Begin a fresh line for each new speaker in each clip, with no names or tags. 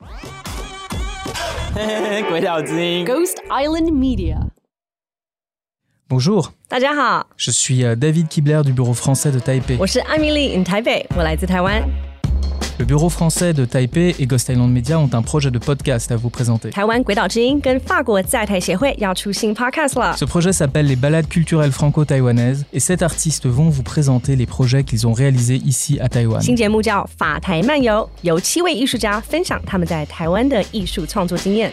鬼岛之音。
Ghost Island Media.
Bonjour,
大家好，
je suis euh, David Kibler du bureau français de Taipei.
我是艾米丽 in 台北，我来自台湾。
Le bureau français de Taipei et Ghost Island Media ont un projet de podcast à vous présenter.
台湾鬼岛之音跟法国在台协会要出新 podcast 了。
Ce projet s'appelle les balades culturelles franco-taïwanaises et sept artistes vont vous présenter les projets qu'ils ont réalisés ici à Taïwan.
新节目叫《法台漫游》，由七位艺术家分享他们在台湾的艺术创作经验。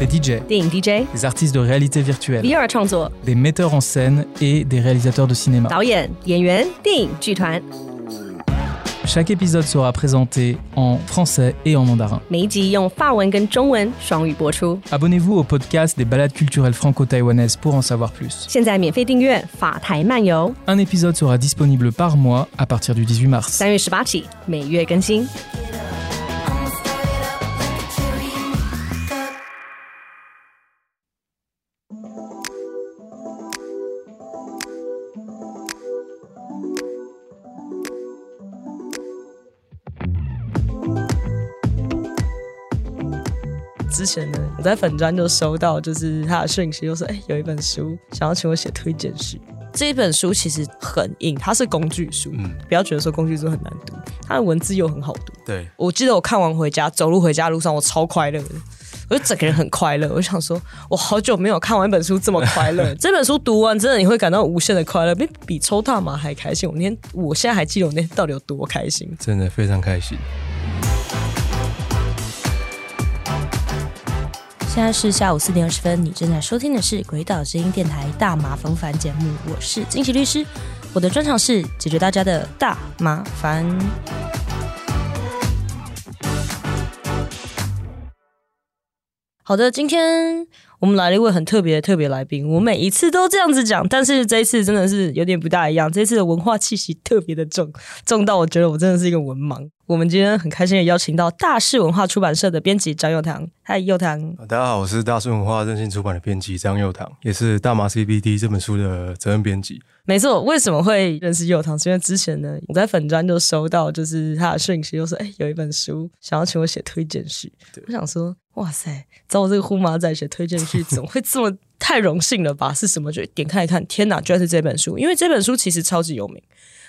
Des DJ,
电影 DJ、
des artistes de réalité virtuelle,
VR 创作、
des metteurs en scène et des réalisateurs de cinéma.
导演、演员、电影剧团，
Chaque épisode sera présenté en français et en mandarin.
每一集用法文跟中文双语播出。
Abonnez-vous au podcast des balades culturelles franco-taïwanaises pour en savoir plus.
现在免费订阅《法台漫游》，
Un épisode sera disponible par mois à partir du 18 mars.
三月十八起每月更新。
之前呢，我在粉专就收到，就是他的讯息，就说：“哎、有一本书想要请我写推荐序。”这一本书其实很硬，它是工具书，
嗯
不要觉得说工具书很难读，它的文字又很好读。
对，
我记得我看完回家，走路回家路上，我超快乐的，我就整个人很快乐。我就想说，我好久没有看完一本书这么快乐。这本书读完，真的你会感到无限的快乐，比比抽大麻还开心。我那天，我现在还记得我那天到底有多开心。
真的非常开心。
现在是下午四点二十分，你正在收听的是《鬼岛之音电台大麻烦烦》节目，我是金喜律师，我的专长是解决大家的大麻烦。
好的，今天我们来了一位很特别的特别来宾。我每一次都这样子讲，但是这一次真的是有点不大一样。这次的文化气息特别的重，重到我觉得我真的是一个文盲。我们今天很开心的邀请到大是文化出版社的编辑张佑堂。嗨，佑堂，
大家好，我是大顺文化任性出版的编辑张佑堂，也是《大麻 CBD》这本书的责任编辑。
没错，为什么会认识佑堂？是因为之前呢，我在粉专就收到就是他的讯息，就说哎、有一本书想要请我写推荐序。我想说，哇塞，找我这个呼麻仔写推荐序，怎么会这么太荣幸了吧？是什么？就点开一看，天哪，居然是这本书！因为这本书其实超级有名，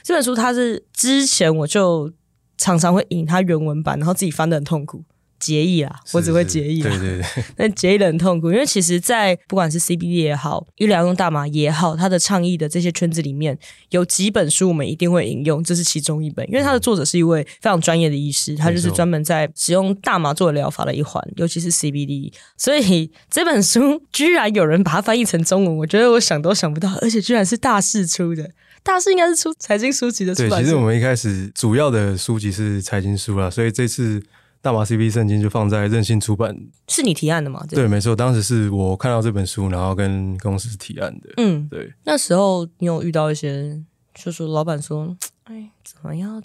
这本书它是之前我就常常会引它原文版，然后自己翻的很痛苦。结义啦，我只会结义啦。啊
对对对，
那结义的很痛苦，因为其实，在不管是 CBD 也好，医疗用大麻也好，它的倡议的这些圈子里面，有几本书我们一定会引用，这是其中一本，因为它的作者是一位非常专业的医师，他就是
没错
专门在使用大麻做疗法的一环，尤其是 CBD，所以这本书 居然有人把它翻译成中文，我觉得我想都想不到，而且居然是大势出的，大势应该是出财经书籍的出
对，
版
其实
社
我。们一开始主要的书籍是财经书啦，所以这次《大麻 CBD》圣经就放在任性出版。
是你提案的吗？这
对，没错，当时是我看到这本书，然后跟公司提案的。
嗯，
对，
那时候你有遇到一些，就是老板说，哎，怎么要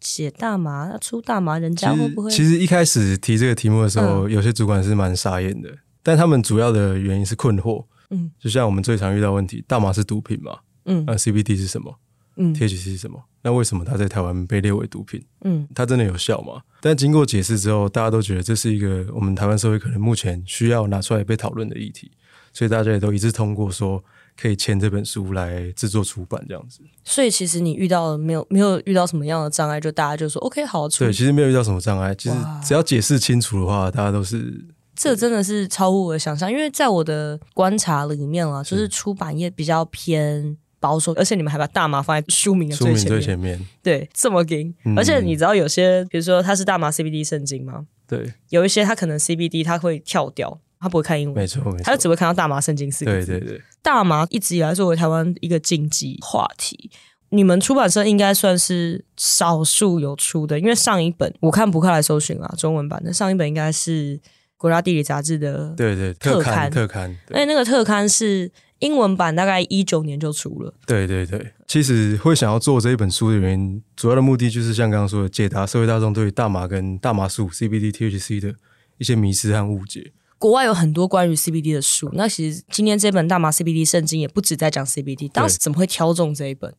写大麻，要出大麻，人
其
家会
实
不会？嗯
其实一开始提这个题目的时候，有些主管是蛮傻眼的，但他们主要的原因是困惑。
嗯，
就像我们最常遇到的问题，大麻是毒品嘛？
嗯
那 CBD 是什么？
嗯
THC 是什么？那为什么它在台湾被列为毒品？
嗯
它真的有效吗？但经过解释之后，大家都觉得这是一个我们台湾社会可能目前需要拿出来被讨论的议题，所以大家也都一致通过说可以签这本书来制作出版这样子。
所以其实你遇到没有没有遇到什么样的障碍，就大家就说 OK 好出
对，。其实没有遇到什么障碍，其实只要解释清楚的话，大家都是
这真的是超乎我的想象，因为在我的观察里面啊，就是
是
出版业比较偏保守，而且你们还把大麻放在书名的
书
最
名
前
最
面，
前面。
对，这么硬。
嗯
而且你知道有些，比如说它是大麻 CBD 圣经嘛，
对，
有一些它可能 CBD 它会跳掉，它不会看英文，
没错，没错
他就。只会看到大麻圣经四个
对
字。
对对，
大麻一直以来作为台湾一个禁忌话题，你们出版社应该算是少数有出的，因为上一本我看不看来搜寻啊，中文版的上一本应该是国家地理杂志的，
对对，
特
特
刊
刊特刊，对
哎，那个特刊是英文版，大概一九年就出了。
对对对，其实会想要做这一本书的原因，主要的目的就是像刚刚说的，解答社会大众对于大麻跟大麻素 CBD、THC 的一些迷失和误解。
国外有很多关于 CBD 的书，那其实今天这本大麻 CBD 圣经也不止在讲 CBD，当时怎么会挑中这一本？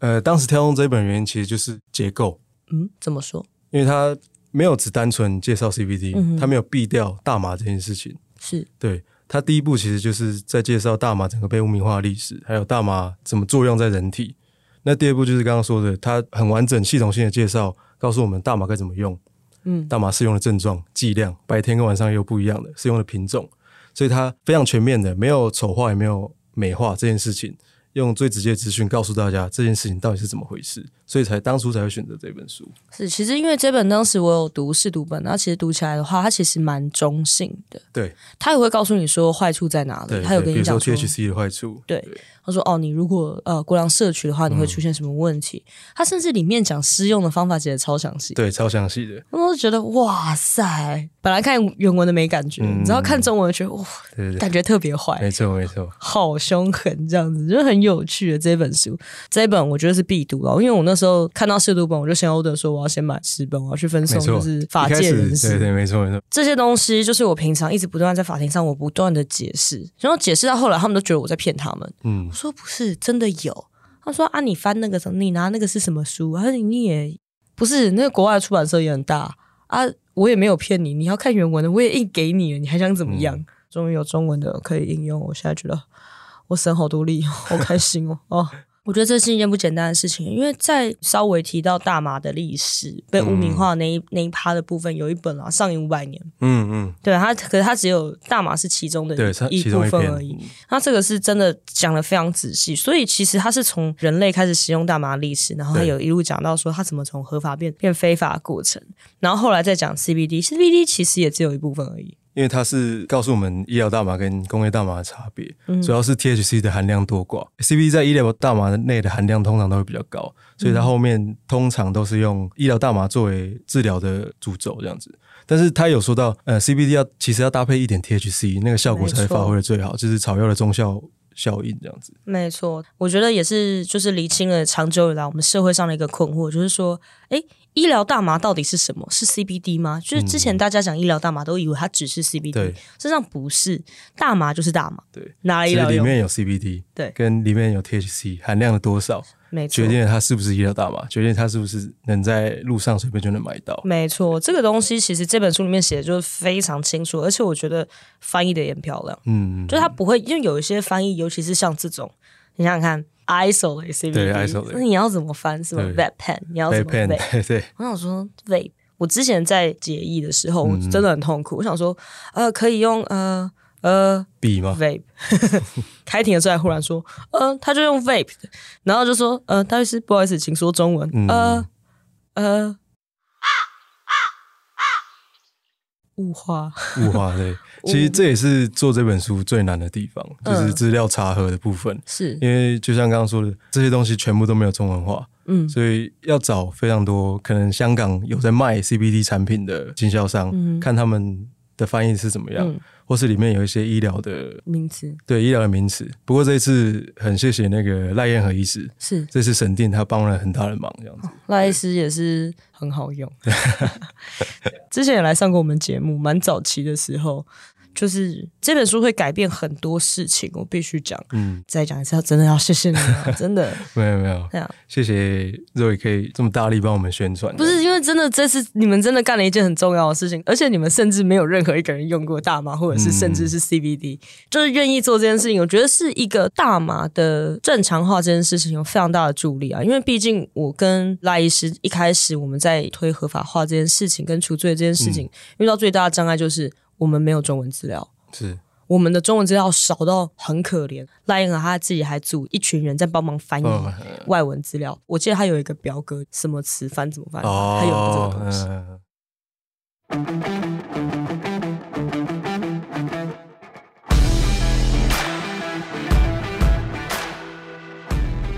呃，当时挑中这一本原因，其实就是结构，
嗯，怎么说？
因为它没有只单纯介绍 CBD，、它没有避掉大麻这件事情。
是
对，它第一步其实就是在介绍大麻整个被污名化的历史，还有大麻怎么作用在人体。那第二步就是刚刚说的，它很完整、系统性的介绍，告诉我们大麻该怎么用，嗯，大麻适用的症状、剂量，白天跟晚上也有不一样的，适用的品种，所以它非常全面的，没有丑化也没有美化这件事情，用最直接的资讯告诉大家这件事情到底是怎么回事，所以才当初才会选择这本书。
是，其实因为这本当时我有读试读本，然后其实读起来的话，它其实蛮中性的，
对
它也会告诉你说坏处在哪
对，
里，它有
对
跟
比
你
如
讲
说
说。
THC 的坏处，
对，他说：“哦，你如果呃过量摄取的话，你
嗯
会出现什么问题？”他甚至里面讲施用的方法写的超详细，
对，超详细的，
我都觉得哇塞！本来看原文的没感觉，
嗯
你知道看中文觉得哇，
对对对，
感觉特别坏，
没错没错，
好凶狠这样子，就
就很有趣的这本书，这一本我觉得是必读了，因为我那时候看到试读本，我就先 order 说我要先买十本，我要去分送
没错
就是
一
法
开
界人
始对
士。
对，没错没错，
这些东西就是我平常一直不断在法庭上，我不断的解释，然后解释到后来，他们都觉得我在骗他们。
嗯
我，说不是，真的有。他说啊，你翻那个什么，你拿那个是什么书？他说你也不是，那个国外的出版社也很大啊，我也没有骗你，你要看原文的，我也印给你了，你还想怎么样？
嗯
终于有中文的可以应用，我现在觉得我神好独立， 好开心哦！哦，
我觉得这是一件不简单的事情，因为在稍微提到大麻的历史被污名
嗯
化的那一、那一趴的部分，有一本啊，上瘾五百年，
嗯嗯，
对它，可是它只有大麻是其中的
对，它
一
其
部
中一
分
篇
而已。它这个是真的讲的非常仔细，所以其实它是从人类开始使用大麻的历史，然后它
对
有一路讲到说它怎么从合法变变非法的过程，然后后来再讲 CBD，CBD 其实也只有一部分而已。
因为它是告诉我们医疗大麻跟工业大麻的差别，
嗯
主要是 THC 的含量多寡。CBD 在医疗大麻内的含量通常都会比较高，所
嗯
以它后面通常都是用医疗大麻作为治疗的主轴这样子。但是它有说到，呃，CBD 要其实要搭配一点 THC，那个效果才会发挥的最好，就是草药的中效效应这样子。
没错，我觉得也是，就是厘清了长久以来我们社会上的一个困惑，就是说，哎，医疗大麻到底是什么？是 CBD 吗？就是之前大家讲医疗大麻都以为它只是 CBD，、
嗯对
事实上不是，大麻就是大麻，
对，
拿来医
其实
疗
里
用？
面有 CBD，
对
跟里面有 THC 含量的多少，
没错
决。定了它是不是医疗大麻，决定它是不是能在路上随便就能买到。
没错，这个东西其实这本书里面写的就是非常清楚，而且我觉得翻译的也很漂亮，
嗯，
就是它不会，因为有一些翻译，尤其是像这种，你想想看，isolate CBD，
对，isolate
那你要怎么翻？什么
对
vape pen？你要
被
怎么
pen，
vape？
对 对，
我想说 vape，我之前在解译的时候，
嗯
我真的很痛苦。我想说，呃，可以用呃呃
笔吗？
vape。开庭的时候还忽然说，呃，他就用 vape，的然后就说，呃，大律师，不好意思，请说中文。
嗯
呃呃，雾化，
物化对，其实这也是做这本书最难的地方，就是资料查核的部分。
是
因为就像刚刚说的，这些东西全部都没有中文化，
嗯
所以要找非常多可能香港有在卖 CBD 产品的经销商，看他们的翻译是怎么样，或是里面有一些医疗的
名词
对医疗的名词。不过这一次很谢谢那个赖燕和医师，
是
这次审定他帮了很大的忙，这样子。
赖医师也是很好用，之前也来上过我们节目，蛮早期的时候。就是这本书会改变很多事情，我必须讲。
嗯，
再讲一次，真的要谢谢你、啊，真的。
没有没有
对啊，
谢谢肉也可以这么大力帮我们宣传，
不是因为真的，这次你们真的干了一件很重要的事情，而且你们甚至没有任何一个人用过大麻，或者是甚至是 CBD，、就是愿意做这件事情。我觉得是一个大麻的正常化这件事情有非常大的助力啊，因为毕竟我跟赖医师一开始我们在推合法化这件事情跟除罪这件事情，遇到最大的障碍就是我们没有中文资料。
是
我们的中文资料少到很可怜，赖英和他自己还组一群人在帮忙翻译
哦
外文资料。我记得他有一个表格，什么词翻怎么翻，
哦，
他有这个东西。
嗯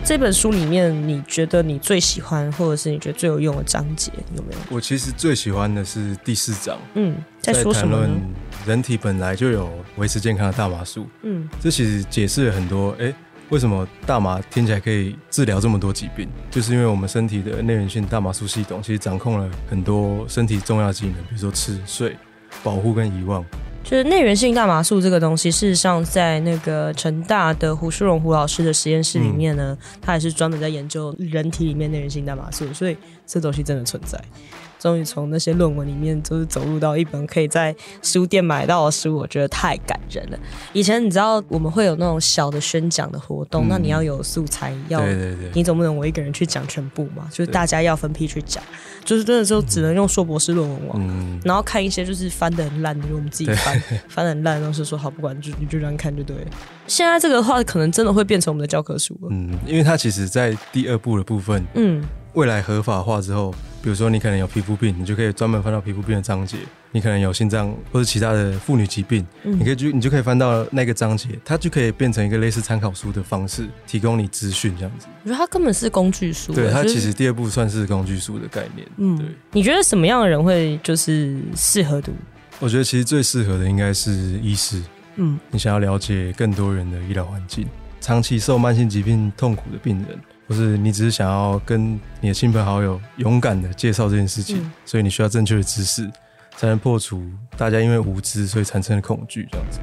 这本书里面，你觉得你最喜欢，或者是你觉得最有用的章节有没有？
我其实最喜欢的是第四章，
嗯，在说什
谈
么
论
呢？
人体本来就有维持健康的大麻素，
嗯，
这其实解释了很多，哎、为什么大麻听起来可以治疗这么多疾病？就是因为我们身体的内源性大麻素系统其实掌控了很多身体重要的机能，比如说吃、睡、保护跟遗忘。
就是内源性大麻素这个东西，事实上在那个成大的胡淑荣胡老师的实验室里面
嗯
呢，他也是专门在研究人体里面内源性大麻素，所以这东西真的存在。终于从那些论文里面，就是走入到一本可以在书店买到的书，我觉得太感人了。以前你知道我们会有那种小的宣讲的活
嗯
动，那你要有素材，要
对对对
你总不能我一个人去讲全部嘛，就是大家要分批去讲，就是真的就只能用硕博士论文网。
嗯，
然后看一些就是翻的很烂的，就我们自己 翻，翻的很烂，然后是说好不管就你就这样看就对了。现在这个的话，可能真的会变成我们的教科书了。
嗯，因为它其实，在第二步的部分，
嗯，
未来合法化之后，比如说你可能有皮肤病，你就可以专门翻到皮肤病的章节；你可能有心脏或者其他的妇女疾病，
嗯
你可以就你就可以翻到那个章节，它就可以变成一个类似参考书的方式，提供你资讯这样子。
我觉得它根本是工具书。
对，它
就是
其实第二步算是工具书的概念。
嗯
对，
你觉得什么样的人会就是适合读？
我觉得其实最适合的应该是医师。
嗯，
你想要了解更多人的医疗环境，长期受慢性疾病痛苦的病人，或是你只是想要跟你的亲朋好友勇敢的介绍这件事情，
嗯
所以你需要正确的知识，才能破除大家因为无知所以产生的恐惧，这样子。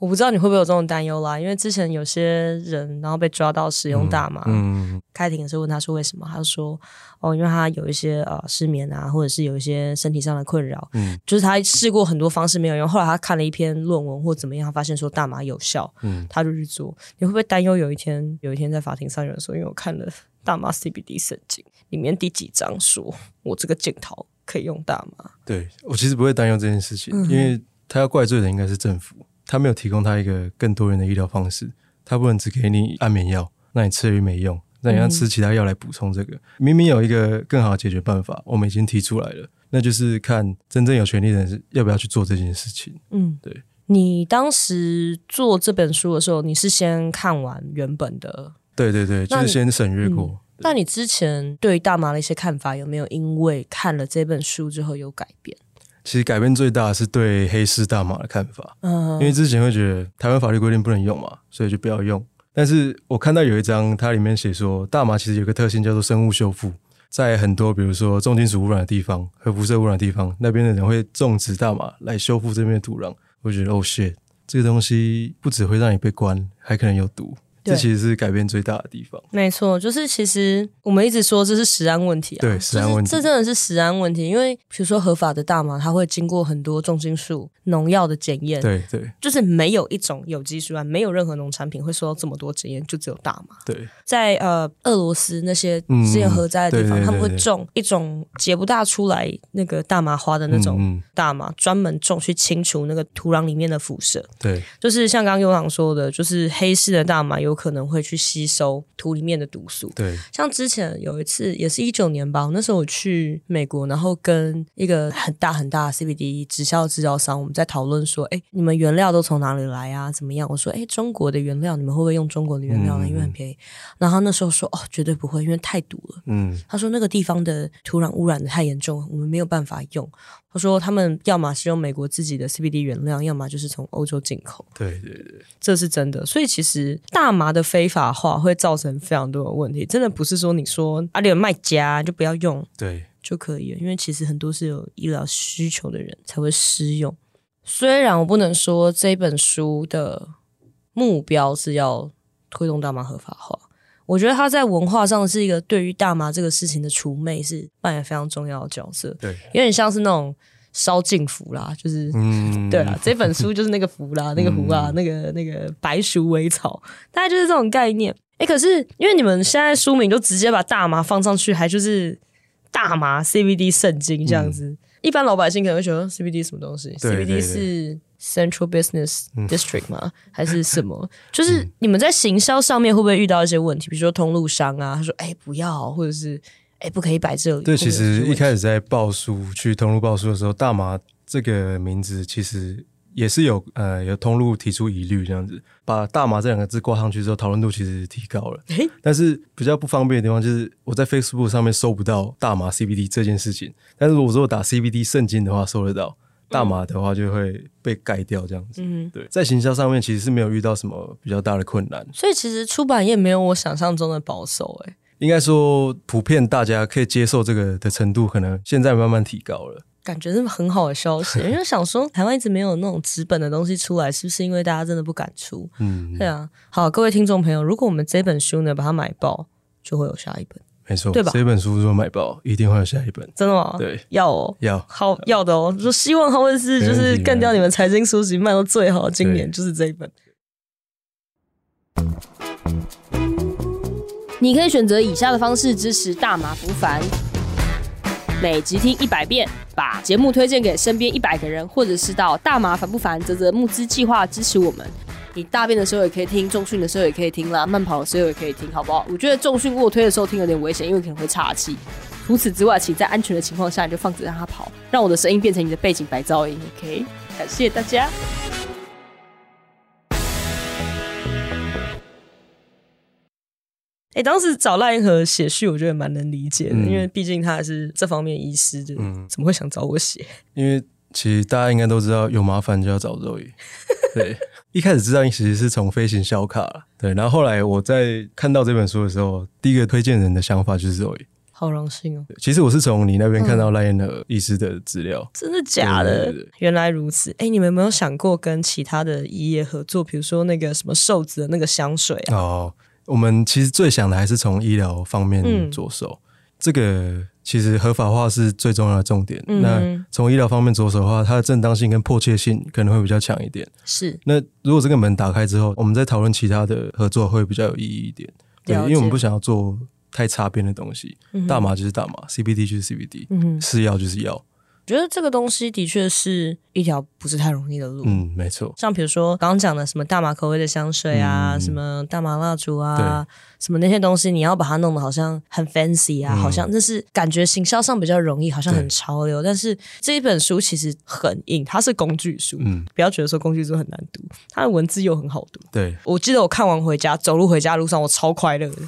我不知道你会不会有这种担忧啦，因为之前有些人然后被抓到使用大麻，
嗯，
开庭的时候问他说为什么，他就说哦，因为他有一些呃失眠啊，或者是有一些身体上的困扰，
嗯
就是他试过很多方式没有用，后来他看了一篇论文或怎么样，他发现说大麻有效，
嗯
他就去做。你会不会担忧有一天有一天在法庭上有人说，因为我看了大麻 CBD 圣经里面第几章说，我这个镜头可以用大麻？
对我其实不会担忧这件事情，因为他要怪罪的应该是政府，他没有提供他一个更多人的医疗方式，他不能只给你安眠药，那你吃了又没用，那你要吃其他药来补充这个。明明有一个更好的解决办法，我们已经提出来了，那就是看真正有权利的人是要不要去做这件事情。
嗯，
对。
你当时做这本书的时候，你是先看完原本的，
对对对，就
那
是
你
先审阅过。
那你之前对大麻的一些看法有没有因为看了这本书之后有改变？
其实改变最大的是对黑市大麻的看法。
嗯
因为之前会觉得台湾法律规定不能用嘛，所以就不要用。但是我看到有一章，它里面写说，大麻其实有个特性叫做生物修复，在很多比如说重金属污染的地方、核辐射污染的地方，那边的人会种植大麻来修复这边的土壤。我觉得哦 shit，这个东西不只会让你被关，还可能有毒。这
对
其实是改变最大的地方。
没错，就是其实我们一直说这是食安问题啊，
对食安问题
就是这真的是食安问题。因为比如说合法的大麻，它会经过很多重金属、农药的检验，
对对
就是没有一种有机蔬案，没有任何农产品会受到这么多检验，就只有大麻。
对，
在呃俄罗斯那些
嗯
之前核灾的地方，
对对对
他们会
对
种一种结不大出来那个大麻花的那种
嗯嗯
大麻，专门种去清除那个土壤里面的辐射。
对
就是像刚刚优朗说的，就是黑市的大麻有可能会去吸收土里面的毒素。
对，
像之前有一次，也是一九年吧，我那时候我去美国，然后跟一个很大很大的 CBD 直销制造商，我们在讨论说，哎，你们原料都从哪里来啊？怎么样？我说，哎，中国的原料，你们会不会用中国的原料呢？
嗯
因为很便宜。然后他那时候说，哦，绝对不会，因为太毒了。
嗯
他说那个地方的土壤污染的太严重，我们没有办法用。他说他们要么是用美国自己的 CBD 原料，要么就是从欧洲进口。
对对对，
这是真的。所以其实大麻的非法化会造成非常多的问题，真的不是说你说啊，你有卖家就不要用
对
就可以了，因为其实很多是有医疗需求的人才会施用。虽然我不能说这本书的目标是要推动大麻合法化，我觉得它在文化上是一个对于大麻这个事情的除魅是扮演非常重要的角色，
对，
有点像是那种烧禁符啦，就是
嗯，
对啦，这本书就是那个 符啦，那个符啊，那个那个白鼠尾草，大概就是这种概念。哎，可是因为你们现在书名就直接把大麻放上去，还就是大麻 CBD 圣经这样子，一般老百姓可能会觉得哦 CBD 什么东西
嗯对对对嗯
？CBD 是 Central Business District 吗？还是 什么？就是你们在行销上面会不会遇到一些问题？比如说通路商啊，他说哎不要，或者是哎不可以摆这里。
对，其实一
始
开始在报书去通路报书的时候，大麻这个名字其实也是有呃有通路提出疑虑，这样子把大麻这两个字挂上去之后，讨论度其实提高了。但是比较不方便的地方就是我在 Facebook 上面搜不到大麻 CBD 这件事情，但是我如果打 CBD 圣经的话搜得到，大麻的话就会被盖掉这样子。嗯，对，在行销上面其实是没有遇到什么比较大的困难。
所以其实出版业没有我想象中的保守、哎。
应该说，普遍大家可以接受这个的程度，可能现在慢慢提高了。
感觉是很好的消息，因为想说台湾一直没有那种纸本的东西出来，是不是因为大家真的不敢出？
嗯，
对啊，好，各位听众朋友，如果我们这本书呢把它买爆，就会有下一本。
没错，
对吧
这本书如果买爆，一定会有下一本。
真的吗？
对，
要哦，
要
好要的哦。就希望好文是
没
就
问题
是干掉你们财经书籍卖到最好，今
对
年就是这一本。
你可以选择以下的方式支持大马福凡：每集听一百遍，把节目推荐给身边一百个人，或者是到大马烦不烦泽泽募资计划支持我们。你大便的时候也可以听，重训的时候也可以听啦，慢跑的时候也可以听，好不好？我觉得重训卧推的时候听有点危险，因为可能会岔气。除此之外，请在安全的情况下，你就放着让它跑，让我的声音变成你的背景白噪音。OK，感谢大家。
哎、当时找赖英和写序，我觉得蛮能理解的，
嗯
因为毕竟他是这方面医师的，
嗯
怎么会想找我写？
因为其实大家应该都知道，有麻烦就要找 Zoe。对，一开始知道其实是从飞行小卡啦对，然后后来我在看到这本书的时候，第一个推荐人的想法就是 Zoe。
好荣幸哦！
对其实我是从你那边看到
嗯
赖燕的医师的资料，
真的假的？
对对对
原来如此。哎、你们有没有想过跟其他的医业合作？比如说那个什么瘦子的那个香水啊？
哦，我们其实最想的还是从医疗方
嗯
面着手。这个其实合法化是最重要的重点。
嗯
那从医疗方面着手的话，它的正当性跟迫切性可能会比较强一点。
是
那如果这个门打开之后，我们再讨论其他的合作会比较有意义一点。对，
了解
因为我们不想要做太擦边的东西。大麻就是大麻，CBD 就是 CBD，
嗯
是药就是药。
我觉得这个东西的确是一条不是太容易的路。
嗯，没错。
像比如说刚刚讲的什么大麻口味的香水啊，
嗯
什么大麻蜡烛啊，什么那些东西，你要把它弄得好像很 fancy 啊，
嗯
好像那是感觉行销上比较容易，好像
对
很潮流。但是这一本书其实很硬，它是工具书，
嗯，
不要觉得说工具书很难读，它的文字又很好读。
对，
我记得我看完回家，走路回家路上我超快乐的，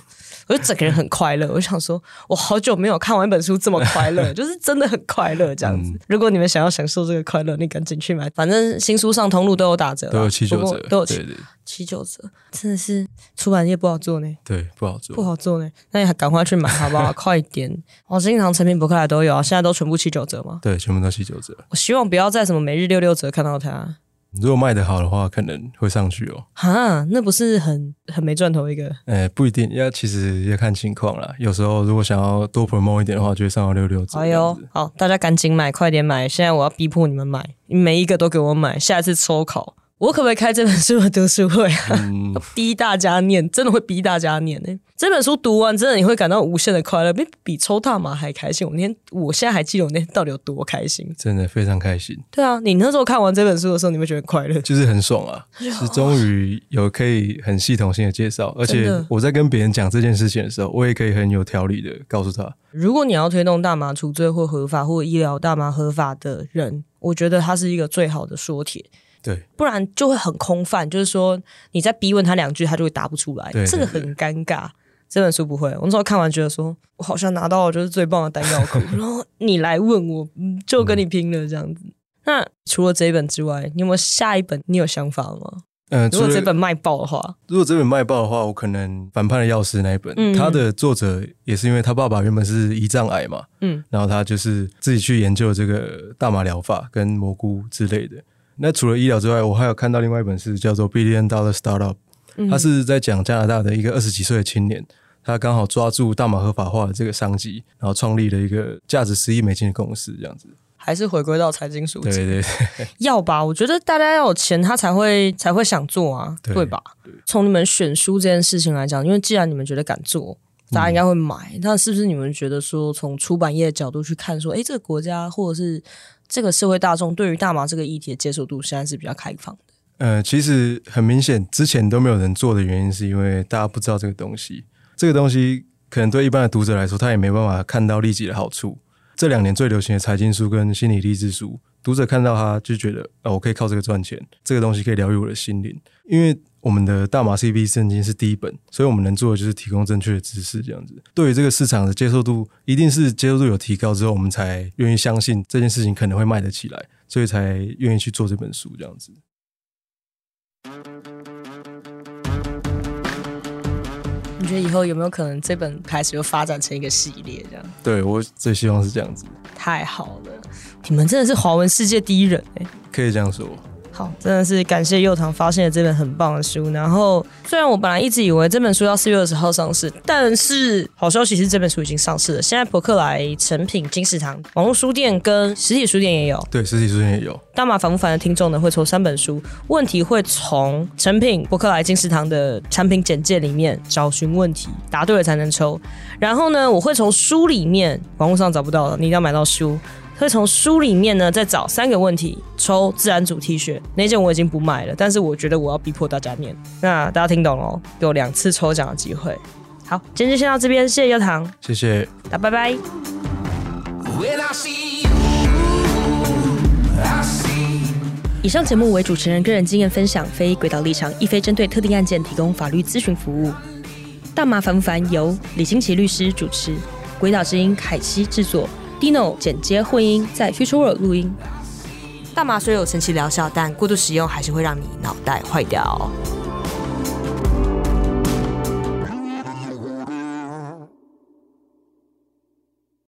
我就整个人很 快乐。我就想说，我好久没有看完一本书这么快乐，就是真的很快乐这样子。
嗯
如果你们想要享受这个快乐，你赶紧去买，反正新书上通路都有打折啦，
都有七九
不
折
过，都有
对
七
对
七九折，真的是出版业不好做呢，
对，不好
不
做。
好做呢。那你还赶快去买好 不好？快点！我经常成品博客来都有啊，现在都全部七九折嘛。
对，全部都七九折。
我希望不要在什么每日六六折看到它，
如果卖得好的话，可能会上去哦。
哈，那不是很很没赚头一个。
呃，不一定，要其实要看情况啦。有时候如果想要多 promote 一点的话，就会上到六六折。
哎呦，，好，大家赶紧买，快点买！现在我要逼迫你们买，每一个都给我买，下一次抽考。我可不可以开这本书的读书会啊？
嗯，
逼大家念，真的会逼大家念呢、这本书读完，真的你会感到无限的快乐，比比抽大麻还开心。我那天，我现在还记得我那天到底有多开心。
真的非常开心，
对啊，你那时候看完这本书的时候，你会觉得很快乐。
就是很爽 啊！是终于有可以很系统性的介绍，而
哦真
且
的
我在跟别人讲这件事情的时候，我也可以很有条理的告诉他，
如果你要推动大麻除罪或合法或医疗大麻合法的人，我觉得它是一个最好的说帖。
对
不然就会很空泛，就是说你再逼问他两句，他就会答不出来，
对对
这个很尴尬。这本书不会，我那时候看完觉得说，我好像拿到了就是最棒的弹药库，然后你来问我，嗯就跟你拼了这样子。那除了这一本之外，你有没有下一本？你有想法吗？
嗯，
如
除
果
了
这本卖爆的话，
如果这本卖爆的话，我可能《反叛的钥匙》那一本，
嗯
他的作者也是因为他爸爸原本是胰脏癌嘛，
嗯，
然后他就是自己去研究这个大麻疗法跟蘑菇之类的。那除了医疗之外，我还有看到另外一本是叫做《Billion Dollar Startup》，他
嗯
是在讲加拿大的一个二十几岁的青年，他刚好抓住大麻合法化的这个商机，然后创立了一个价值十亿美金的公司，这样子。
还是回归到财经书籍
对对对，
要吧？我觉得大家要有钱，他才会才会想做啊，
对
对吧？从你们选书这件事情来讲，因为既然你们觉得敢做，大家应该会买，那是不是你们觉得说，从出版业的角度去看，说，诶，这个国家或者是这个社会大众对于大麻这个议题的接受度现在是比较开放的？
呃，其实很明显，之前都没有人做的原因，是因为大家不知道这个东西。这个东西可能对一般的读者来说，他也没办法看到立即的好处。这两年最流行的财经书跟心理励志书，读者看到它就觉得，哦，我可以靠这个赚钱，这个东西可以疗愈我的心灵。因为我们的大马 CB 圣经是第一本，所以我们能做的就是提供正确的知识，这样子。对于这个市场的接受度，一定是接受度有提高之后，我们才愿意相信这件事情可能会卖得起来，所以才愿意去做这本书这样子。
你觉得以后有没有可能这本开始又发展成一个系列这样？
对我最希望是这样子，
太好了，你们真的是华文世界第一人哎、
可以这样说。
好，真的是感谢幼堂发现了这本很棒的书。然后，虽然我本来一直以为这本书要四月二十号上市，但是好消息是这本书已经上市了。现在博客来、成品、金石堂、网络书店跟实体书店也有。
对，实体书店也有。
大马反不反的听众呢，会抽三本书，问题会从成品博客来金石堂的产品简介里面找寻问题，答对了才能抽。然后呢，我会从书里面，网络上找不到了，你一定要买到书。会从书里面呢，再找三个问题抽自然组 T 恤，那件我已经不买了，但是我觉得我要逼迫大家念。那大家听懂了哦，有两次抽奖的机会。好，今天就先到这边，谢谢优糖，
谢谢。
大家拜拜。
When I see you, I see
以上节目为主持人个人经验分享，非轨道立场，亦非针对特定案件提供法律咨询服务。大麻烦不烦由李新奇律师主持，鬼岛之音凯西制作，Dino 剪接混音，在 Future World 录音。大麻虽有神奇疗效，但过度使用还是会让你脑袋坏掉。